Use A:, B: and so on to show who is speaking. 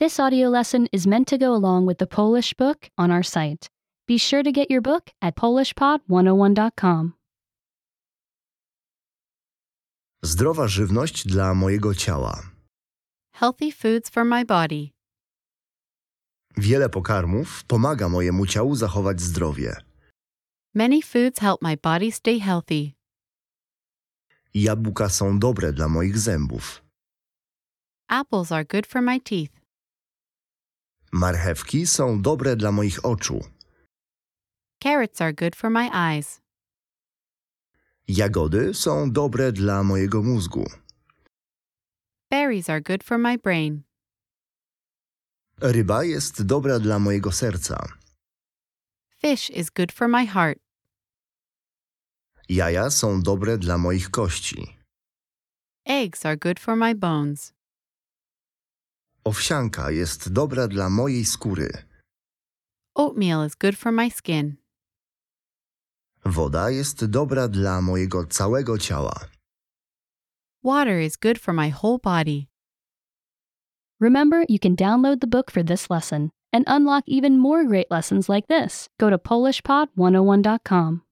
A: This audio lesson is meant to go along with the Polish book on our site. Be sure to get your book at polishpod101.com.
B: Zdrowa żywność dla mojego ciała.
C: Healthy foods for my body.
B: Wiele pokarmów pomaga mojemu ciału zachować zdrowie.
C: Many foods help my body stay healthy.
B: Jabłka są dobre dla moich zębów.
C: Apples are good for my teeth.
B: Marchewki są dobre dla moich oczu.
C: Carrots are good for my eyes.
B: Jagody są dobre dla mojego mózgu.
C: Berries are good for my brain.
B: Ryba jest dobra dla mojego serca.
C: Fish is good for my heart.
B: Jaja są dobre dla moich kości.
C: Eggs are good for my bones.
B: Owsianka jest dobra dla mojej skóry.
C: Oatmeal is good for my skin.
B: Woda jest dobra dla mojego całego ciała.
C: Water is good for my whole body.
A: Remember, you can download the book for this oh lesson and unlock even more great lessons like this. Go to polishpod101.com.